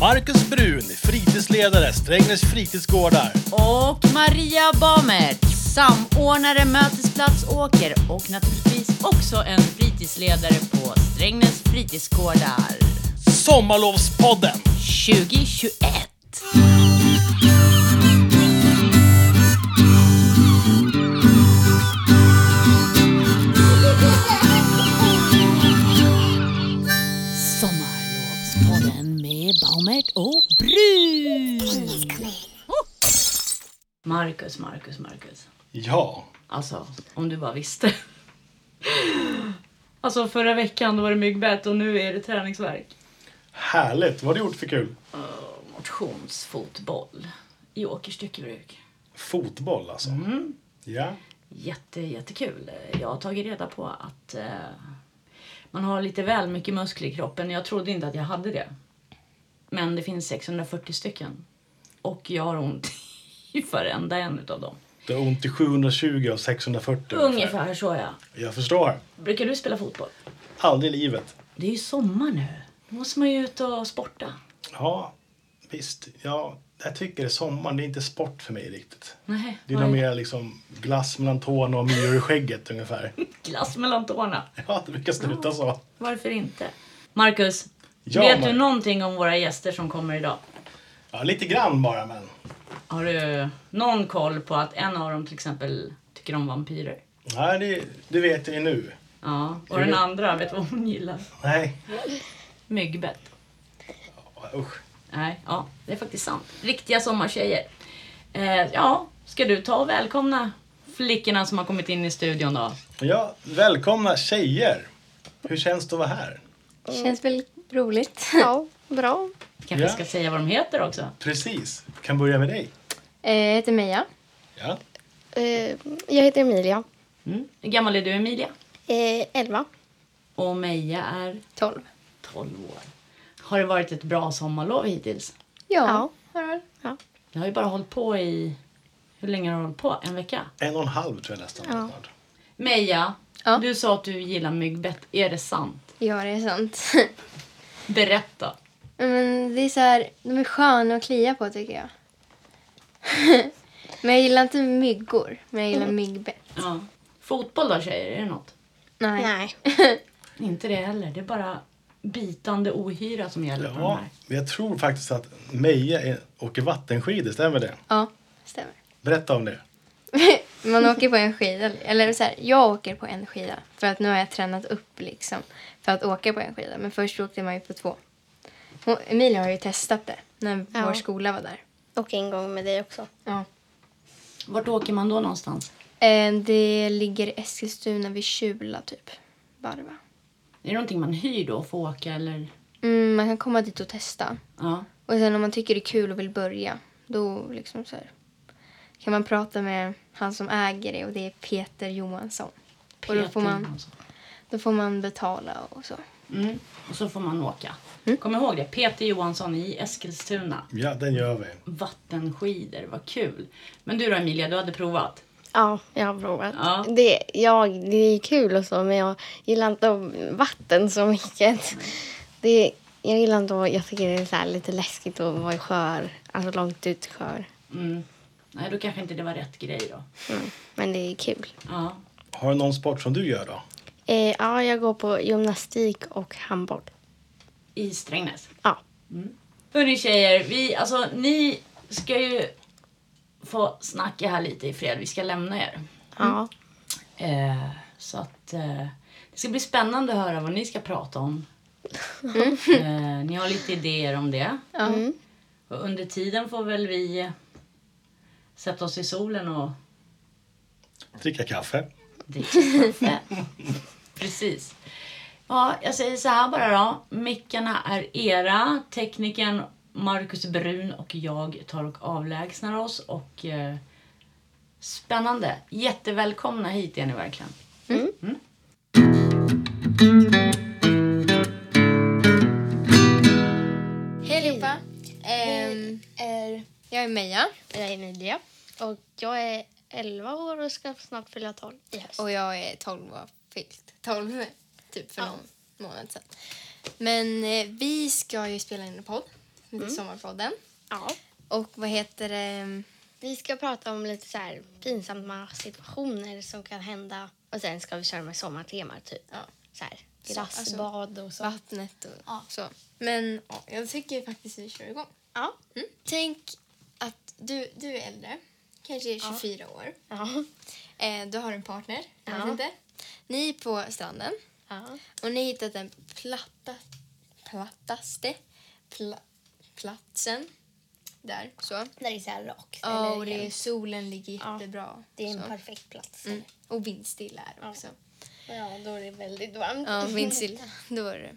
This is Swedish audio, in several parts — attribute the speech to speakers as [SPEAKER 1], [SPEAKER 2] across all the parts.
[SPEAKER 1] Marcus Brun, fritidsledare, Strängnäs fritidsgårdar.
[SPEAKER 2] Och Maria Bamert, samordnare Mötesplats Åker och naturligtvis också en fritidsledare på Strängnäs fritidsgårdar.
[SPEAKER 1] Sommarlovspodden!
[SPEAKER 2] 2021! Sommarlovspodden med Baumert och Brun! Marcus, Marcus, Marcus.
[SPEAKER 1] Ja,
[SPEAKER 2] Alltså, om du bara visste.
[SPEAKER 3] Alltså förra veckan då var det myggbett och nu är det träningsvärk.
[SPEAKER 1] härligt. Vad har du gjort för kul?
[SPEAKER 2] Eh, Motionsfotboll i Åkerstyckebruk.
[SPEAKER 1] Fotboll alltså.
[SPEAKER 2] Mm.
[SPEAKER 1] Ja.
[SPEAKER 2] Jätte, jättekul. Jag har tagit reda på att eh, man har lite väl mycket muskler i kroppen. Jag trodde inte att jag hade det. Men det finns 640 stycken. Och jag har ont i varenda en utav dem.
[SPEAKER 1] Du har ont i 720 av 640
[SPEAKER 2] Ungefär så ja.
[SPEAKER 1] Jag förstår.
[SPEAKER 2] Brukar du spela fotboll?
[SPEAKER 1] Aldrig i livet.
[SPEAKER 2] Det är ju sommar nu. Då måste man ju ut och sporta.
[SPEAKER 1] Ja, visst. Ja, jag tycker det är sommaren. Det är inte sport för mig riktigt.
[SPEAKER 2] Nej,
[SPEAKER 1] Det är nog mer liksom glass mellan tårna och myror i skägget ungefär.
[SPEAKER 2] glass mellan tårna.
[SPEAKER 1] Ja, det brukar sluta så.
[SPEAKER 2] Varför inte? Marcus,
[SPEAKER 1] Ja,
[SPEAKER 2] vet
[SPEAKER 1] Mar-
[SPEAKER 2] du någonting om våra gäster som kommer idag?
[SPEAKER 1] Ja, lite grann bara men.
[SPEAKER 2] Har du någon koll på att en av dem till exempel tycker om vampyrer?
[SPEAKER 1] Nej, det, det vet jag ju nu.
[SPEAKER 2] Ja, och den andra, vet du vad hon gillar?
[SPEAKER 1] Nej,
[SPEAKER 2] Myggbett.
[SPEAKER 1] usch.
[SPEAKER 2] Nej, ja, det är faktiskt sant. Riktiga sommartjejer. Eh, ja, ska du ta och välkomna flickorna som har kommit in i studion då?
[SPEAKER 1] Ja, välkomna tjejer! Hur känns det att vara här?
[SPEAKER 4] Känns väl roligt. Ja, bra.
[SPEAKER 2] Kanske
[SPEAKER 1] Ja.
[SPEAKER 2] ska säga vad de heter också?
[SPEAKER 1] Precis, kan börja med dig.
[SPEAKER 4] Eh, jag heter Meja.
[SPEAKER 1] Ja.
[SPEAKER 4] Eh, jag heter Emilia.
[SPEAKER 2] Mm. Hur gammal är du Emilia?
[SPEAKER 4] Eh, 11.
[SPEAKER 2] Och Meja är
[SPEAKER 4] 12.
[SPEAKER 2] 12 år. Har det varit ett bra sommarlov hittills?
[SPEAKER 4] Ja. ja. ja.
[SPEAKER 2] Jag har ju bara hållit på i... Hur länge har du hållit på? En vecka?
[SPEAKER 1] En och en halv tror jag nästan.
[SPEAKER 4] Ja.
[SPEAKER 1] snart.
[SPEAKER 2] Meja,
[SPEAKER 4] Ja.
[SPEAKER 2] du sa att du gillar myggbett. Är det sant?
[SPEAKER 5] Ja, det är sant.
[SPEAKER 2] Berätta.
[SPEAKER 5] Men det är så här, de är sköna att klia på tycker jag. men jag gillar inte myggor, men jag
[SPEAKER 4] Mm.
[SPEAKER 5] gillar myggbett.
[SPEAKER 2] Ja. Fotboll då tjejer, är det något?
[SPEAKER 5] Nej.
[SPEAKER 4] Nej.
[SPEAKER 2] Inte det heller. Det är bara bitande ohyra som gäller på de
[SPEAKER 1] Ja,
[SPEAKER 2] här.
[SPEAKER 1] men jag tror faktiskt att Meja är, åker vattenskidor, stämmer det?
[SPEAKER 5] Ja, stämmer.
[SPEAKER 1] Berätta om det.
[SPEAKER 5] Man åker på en skida, eller så här, jag åker på en skida. För att nu har jag tränat upp liksom för att åka på en skida. Men först åkte man ju på två. Och Emilia har ju testat det när
[SPEAKER 4] Ja.
[SPEAKER 5] vår skola var där.
[SPEAKER 4] Och en gång med dig också.
[SPEAKER 5] Ja.
[SPEAKER 2] Vart åker man då någonstans?
[SPEAKER 5] Eh, Det ligger i Eskilstuna vid Kjula typ. Barva.
[SPEAKER 2] Är det någonting man hyr då och får åka eller?
[SPEAKER 5] Mm, man kan komma dit och testa.
[SPEAKER 2] Ja.
[SPEAKER 5] Och sen om man tycker det är kul och vill börja, då liksom så här, kan man prata med han som äger det och det är Peter Johansson. Och då får,
[SPEAKER 2] Peking
[SPEAKER 5] man,
[SPEAKER 2] och så.
[SPEAKER 5] då får man betala och så.
[SPEAKER 2] Mm. Och så får man åka.
[SPEAKER 5] Mm.
[SPEAKER 2] Kom ihåg det. Peter Johansson i Eskilstuna.
[SPEAKER 1] Ja, den gör vi.
[SPEAKER 2] Vattenskidor, vad kul. Men du då Emilia, du hade provat?
[SPEAKER 4] Ja, jag har provat.
[SPEAKER 2] Ja.
[SPEAKER 4] Det, jag, det är kul och så, men jag gillar inte vatten så mycket. Det, jag gillar inte att- Jag tycker det är så här lite läskigt att vara i sjöar. Alltså långt ut i sjöar.
[SPEAKER 2] Mm. Nej, då kanske inte det var rätt grej då.
[SPEAKER 4] Mm. Men det är kul.
[SPEAKER 2] Ja.
[SPEAKER 1] Har du någon sport som du gör då?
[SPEAKER 4] Eh, ja, jag går på gymnastik och handboll.
[SPEAKER 2] I Strängnäs.
[SPEAKER 4] Ja.
[SPEAKER 2] Hörni tjejer, vi, alltså, ni ska ju få snacka här lite i fred. Vi ska lämna er.
[SPEAKER 4] Ja.
[SPEAKER 2] Eh, så att eh, det ska bli spännande att höra vad ni ska prata om. Eh, ni har lite idéer om det.
[SPEAKER 4] Mm.
[SPEAKER 2] Och under tiden får väl vi sätta oss i solen och
[SPEAKER 1] Dricka kaffe?
[SPEAKER 2] dricka kaffe. Precis. Ja, jag säger så här bara då. Mickarna är era. Teknikern Marcus Brun och jag tar och avlägsnar oss. Och eh, Spännande. Jättevälkomna hit är ni verkligen.
[SPEAKER 5] Hej allihopa! jag är Meja
[SPEAKER 4] Jag är Emilia och jag är 11 år och ska snart fylla 12 i höst.
[SPEAKER 5] och jag är 12 och fyllt 12 typ för någon månad sedan. Men eh, vi ska ju spela in en podd Det är Sommarpodden.
[SPEAKER 4] Ja.
[SPEAKER 5] Och vad heter det?
[SPEAKER 4] Vi ska prata om lite så här pinsamma situationer som kan hända. Och sen ska vi köra med sommartema typ.
[SPEAKER 5] Ja.
[SPEAKER 4] Så här,
[SPEAKER 5] Så, alltså.
[SPEAKER 4] glassbad och så.
[SPEAKER 5] Vattnet och så. Men ja, jag tycker faktiskt vi kör igång.
[SPEAKER 4] Ja.
[SPEAKER 5] Mm. Tänk att du, du är äldre, kanske 24 år.
[SPEAKER 4] Ja.
[SPEAKER 5] Eh, du har en partner, jag vet
[SPEAKER 4] Ja.
[SPEAKER 5] inte. Ni är på stranden
[SPEAKER 4] Ja.
[SPEAKER 5] och ni har hittat den platta, plattaste pla, platsen. Där, så.
[SPEAKER 4] Där det är så här rakt.
[SPEAKER 5] Ja,
[SPEAKER 4] eller
[SPEAKER 5] och det är,
[SPEAKER 4] en-
[SPEAKER 5] solen ligger
[SPEAKER 4] Ja.
[SPEAKER 5] jättebra.
[SPEAKER 4] det är en
[SPEAKER 5] så.
[SPEAKER 4] perfekt plats.
[SPEAKER 5] Mm. Och vindstilla är det också.
[SPEAKER 4] Ja, då är det väldigt varmt.
[SPEAKER 5] Ja, vindstilla. Då var det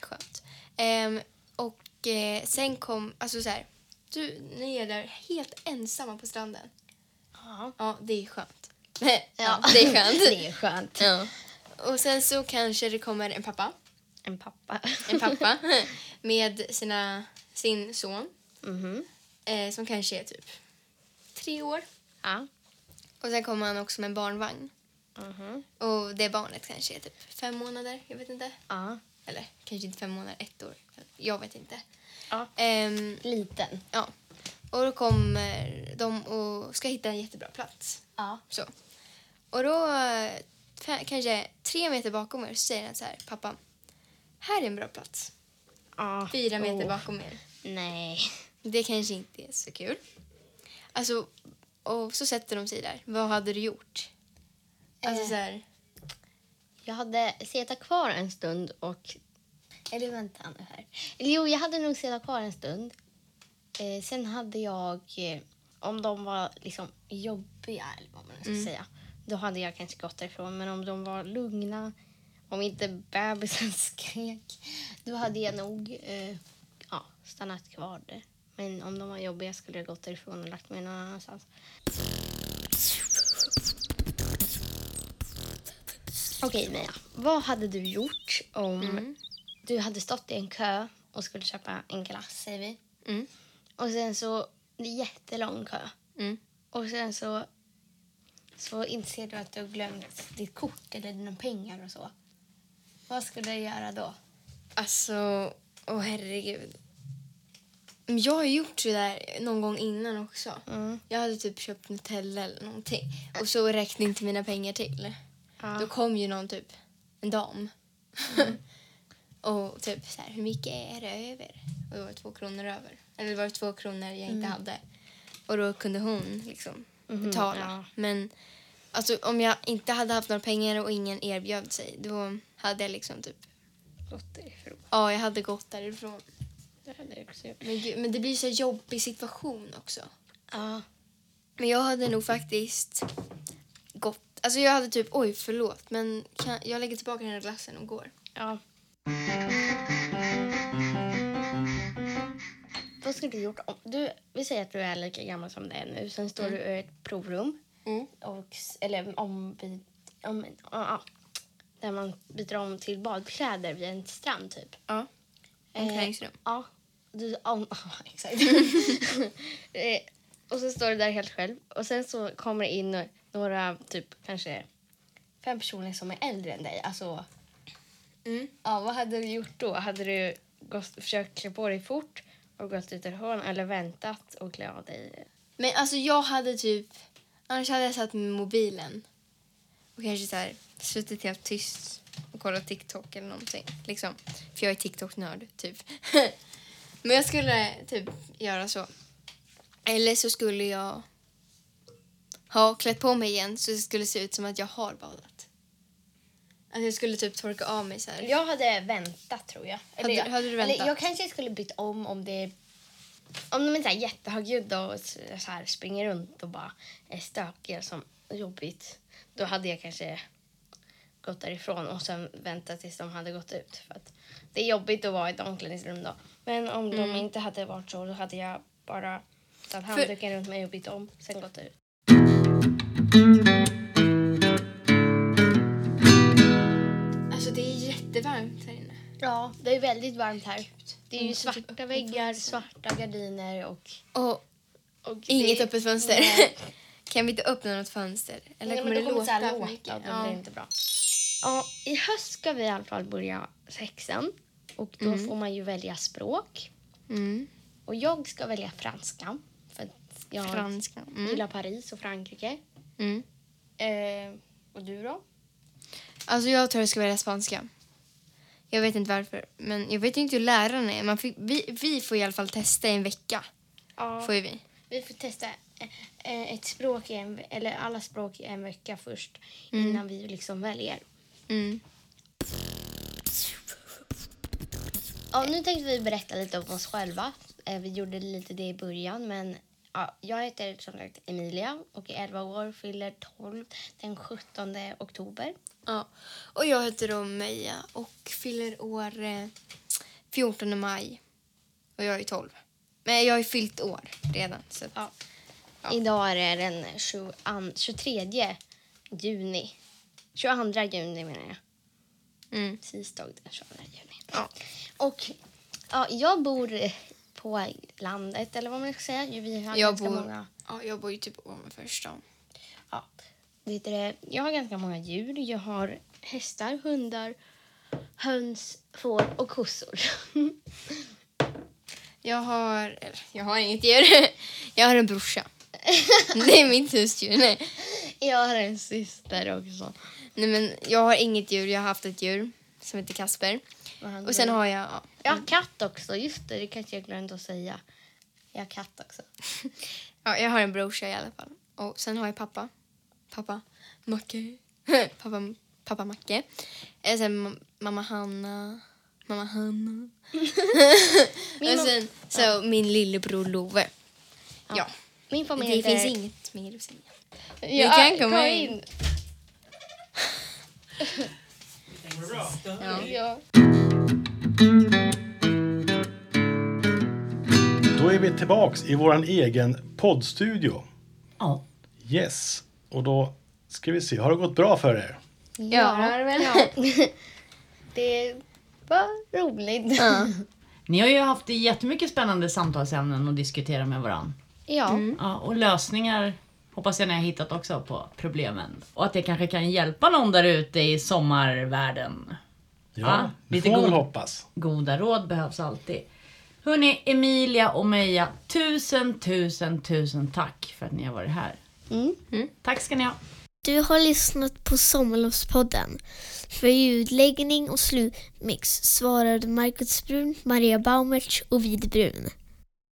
[SPEAKER 5] skönt. Ehm, och eh, sen kom, alltså så här, du, ni är där helt ensamma på stranden.
[SPEAKER 4] Ja.
[SPEAKER 5] Ja, det är skönt. ja, det är skönt.
[SPEAKER 4] det är skönt.
[SPEAKER 5] ja. Och sen så kanske det kommer en pappa,
[SPEAKER 4] En pappa.
[SPEAKER 5] en pappa med sina, sin son
[SPEAKER 4] Mhm.
[SPEAKER 5] eh, som kanske är typ tre år.
[SPEAKER 4] Ja.
[SPEAKER 5] Och sen kommer han också med en barnvagn.
[SPEAKER 4] Mhm.
[SPEAKER 5] Och det barnet kanske är typ fem månader, jag vet inte.
[SPEAKER 4] Ja.
[SPEAKER 5] Eller kanske inte fem månader, ett år. Jag vet inte.
[SPEAKER 4] Ja.
[SPEAKER 5] Ehm,
[SPEAKER 4] Liten.
[SPEAKER 5] ja. Och då kommer de och ska hitta en jättebra plats.
[SPEAKER 4] Ja.
[SPEAKER 5] Så. Och då, eh, fe- kanske tre meter bakom er, så säger han så här, pappa. Här är en bra plats.
[SPEAKER 4] ja.
[SPEAKER 5] Fyra meter
[SPEAKER 4] Oh.
[SPEAKER 5] bakom er.
[SPEAKER 4] Nej.
[SPEAKER 5] Det kanske inte är så kul. Alltså, och så sätter de sig där. Vad hade du gjort? Alltså
[SPEAKER 4] Eh.
[SPEAKER 5] så här,
[SPEAKER 4] Jag hade suttit kvar en stund och... Eller vänta nu här. Eller Jo, jag hade nog suttit kvar en stund. Eh, sen hade jag... Eh, om de var liksom jobbiga, eller vad man ska säga, då hade jag kanske gått därifrån. Men om de var lugna, om inte bebisen skrek, då hade jag nog eh, ja, stannat kvar där. Men om de var jobbiga skulle jag gått därifrån och lagt mig någon annanstans. Okej Mia, vad hade du gjort om du hade stått i en kö och skulle köpa en glass säger vi.
[SPEAKER 5] Mm.
[SPEAKER 4] Och sen så, det är jättelång kö.
[SPEAKER 5] Mm.
[SPEAKER 4] Och sen så, så inser du att du har glömt ditt kort eller dina pengar och så. Vad skulle du göra då?
[SPEAKER 5] Alltså, åh herregud. Men Jag har gjort så där någon gång innan också.
[SPEAKER 4] Mm.
[SPEAKER 5] Jag hade typ köpt Nutella eller någonting. Och så räckte inte mina pengar till. Då kom ju någon typ, en dam. och typ så här, hur mycket är det över? Och det var två kronor över. Eller det var två kronor jag inte hade. Och då kunde hon liksom betala.
[SPEAKER 4] ja.
[SPEAKER 5] Men alltså, om jag inte hade haft några pengar och ingen erbjöd sig, då hade jag liksom typ
[SPEAKER 4] Gått därifrån.
[SPEAKER 5] Ja, jag hade gått därifrån.
[SPEAKER 4] Det hade jag också gjort.
[SPEAKER 5] Men, gud, men det blir så jobbig situation också.
[SPEAKER 4] Ja.
[SPEAKER 5] Men jag hade nog faktiskt gått. Alltså jag hade typ, oj förlåt, men kan, jag lägger tillbaka den här glassen och går.
[SPEAKER 4] ja. Vad skulle du gjort om... Du, vi säger att du är lika gammal som det är nu. Sen står du i ett provrum. och, s- eller om, by- om ja, ja, där man byter om till badkläder vid en strand typ.
[SPEAKER 5] Ja. Äh, Omklädningsrum.
[SPEAKER 4] Eh, ja. Du, om, ja, exakt. eh, och så står du där helt själv och sen så kommer det in några typ kanske fem personer som är äldre än dig. Alltså,
[SPEAKER 5] Mm.
[SPEAKER 4] ja, vad hade du gjort då? Hade du gått, försökt klä på dig fort och gått ut därifrån eller väntat och klä av dig?
[SPEAKER 5] Men alltså jag hade typ, annars hade jag satt med mobilen. Och kanske så här, suttit helt tyst och kollat TikTok eller någonting. Liksom. För jag är TikTok-nörd, typ. men jag skulle typ göra så. Eller så skulle jag ha klätt på mig igen så det skulle se ut som att jag har badat. Alltså jag skulle typ torka av mig så här.
[SPEAKER 4] Jag hade väntat tror jag. Eller
[SPEAKER 5] Hade-
[SPEAKER 4] jag,
[SPEAKER 5] hade du väntat?
[SPEAKER 4] Eller jag kanske skulle bytt om om det om de inte är så här jättehögljudda och s- så här springer runt och bara är stökiga som jobbigt. Då hade jag kanske gått därifrån och sen väntat tills de hade gått ut. För att det är jobbigt att vara i ett omklädningsrum då. Men om
[SPEAKER 5] Mm.
[SPEAKER 4] de inte hade varit så då hade jag bara tagit handduken runt mig och bytt om sen gått ut.
[SPEAKER 5] Alltså det är jättevarmt här inne.
[SPEAKER 4] Ja, det är väldigt varmt här. Det är ju
[SPEAKER 5] Mm, så typ
[SPEAKER 4] svarta
[SPEAKER 5] öppen
[SPEAKER 4] väggar,
[SPEAKER 5] fönster.
[SPEAKER 4] svarta gardiner och...
[SPEAKER 5] Och
[SPEAKER 4] och
[SPEAKER 5] inget
[SPEAKER 4] det-
[SPEAKER 5] öppet fönster.
[SPEAKER 4] Nej.
[SPEAKER 5] kan vi inte öppna något fönster? Eller
[SPEAKER 4] Nej,
[SPEAKER 5] kommer det,
[SPEAKER 4] men då
[SPEAKER 5] låta
[SPEAKER 4] kommer det
[SPEAKER 5] för
[SPEAKER 4] låta,
[SPEAKER 5] mycket?
[SPEAKER 4] Då blir det inte bra. Ja, I höst ska vi i alla fall börja sexan. Och då får man ju välja språk.
[SPEAKER 5] Mm.
[SPEAKER 4] Och jag ska välja franska. För att jag
[SPEAKER 5] Franska. Mm.
[SPEAKER 4] gillar Paris och Frankrike.
[SPEAKER 5] Mm.
[SPEAKER 4] Eh, och du då?
[SPEAKER 5] Alltså jag tror jag ska välja spanska. Jag vet inte varför. Men jag vet ju inte hur lärarna är. Man fick, vi, vi får i alla fall testa i en vecka.
[SPEAKER 4] Ja.
[SPEAKER 5] Får ju vi.
[SPEAKER 4] Vi får testa eh, eh, ett språk, i en, eller alla språk i en vecka först
[SPEAKER 5] Mm.
[SPEAKER 4] innan vi liksom väljer.
[SPEAKER 5] Mm.
[SPEAKER 4] Ja, nu tänkte vi berätta lite om oss själva. Eh, Vi gjorde lite det i början, men ja, jag heter som sagt Emilia och är 11 år, fyller 12 den 17 oktober.
[SPEAKER 5] Ja. Och jag heter då Meja och fyller år eh, 14 maj. Och jag är 12. Men jag har ju fyllt år redan. Så att,
[SPEAKER 4] Ja. Idag är det den 22, 23 juni. 22 juni menar jag.
[SPEAKER 5] mm.
[SPEAKER 4] Tisdag den 22 juni.
[SPEAKER 5] Ja.
[SPEAKER 4] Och ja, jag bor eh, på landet, eller vad man ska säga. Vi har
[SPEAKER 5] Jag,
[SPEAKER 4] ganska
[SPEAKER 5] bor,
[SPEAKER 4] många
[SPEAKER 5] ja, jag bor ju typ ovanför stan.
[SPEAKER 4] Ja. Vet du det? Jag har ganska många djur. Jag har hästar, hundar, höns, får och kossor.
[SPEAKER 5] Jag har... eller, Jag har inget djur. Jag har en brorsa. Det är mitt husdjur. Nej.
[SPEAKER 4] jag har en syster också.
[SPEAKER 5] Nej, men jag har inget djur. Jag har haft ett djur som heter Kasper.
[SPEAKER 4] Vad händer
[SPEAKER 5] Och sen
[SPEAKER 4] då?
[SPEAKER 5] har jag... ja,
[SPEAKER 4] Jag har katt också. Just det, det kanske jag glömde att säga. Jag har katt också.
[SPEAKER 5] Ja, jag har en brorsa i alla fall. Och sen har jag pappa. Pappa Macke. pappa, pappa Macke. Eh, Sen ma- mamma Hanna. Mamma Hanna.
[SPEAKER 4] Min
[SPEAKER 5] och
[SPEAKER 4] mam-
[SPEAKER 5] sen så min lillebror Love. Ja.
[SPEAKER 4] Min familj
[SPEAKER 5] Det
[SPEAKER 4] heter-
[SPEAKER 5] finns inget mer att säga.
[SPEAKER 4] Ja,
[SPEAKER 5] Vi kan komma
[SPEAKER 4] kom
[SPEAKER 5] in.
[SPEAKER 4] Ja.
[SPEAKER 1] Då är vi tillbaks i våran egen poddstudio.
[SPEAKER 2] Ja.
[SPEAKER 1] Yes. Och då ska vi se, har det gått bra för er?
[SPEAKER 5] Ja.
[SPEAKER 4] Ja. det var roligt. Ja.
[SPEAKER 2] Ni har ju haft jättemycket spännande samtalsämnen att diskutera med varandra.
[SPEAKER 5] Mm.
[SPEAKER 2] Ja, och lösningar hoppas jag ni har hittat också på problemen. Och att det kanske kan hjälpa någon där ute i sommarvärlden. Ja,
[SPEAKER 1] det
[SPEAKER 2] lite
[SPEAKER 1] får man väl
[SPEAKER 2] god-
[SPEAKER 1] hoppas.
[SPEAKER 2] Goda råd behövs alltid. Hörni, Emilia och Meja, tusen, tusen, tusen tack för att ni har varit här.
[SPEAKER 4] Mm.
[SPEAKER 2] Tack ska ni ha.
[SPEAKER 6] Du har lyssnat på Sommarlovspodden. För ljudläggning och slutmix svarade Marcus Brun, Maria Baumertz och Vid Brun.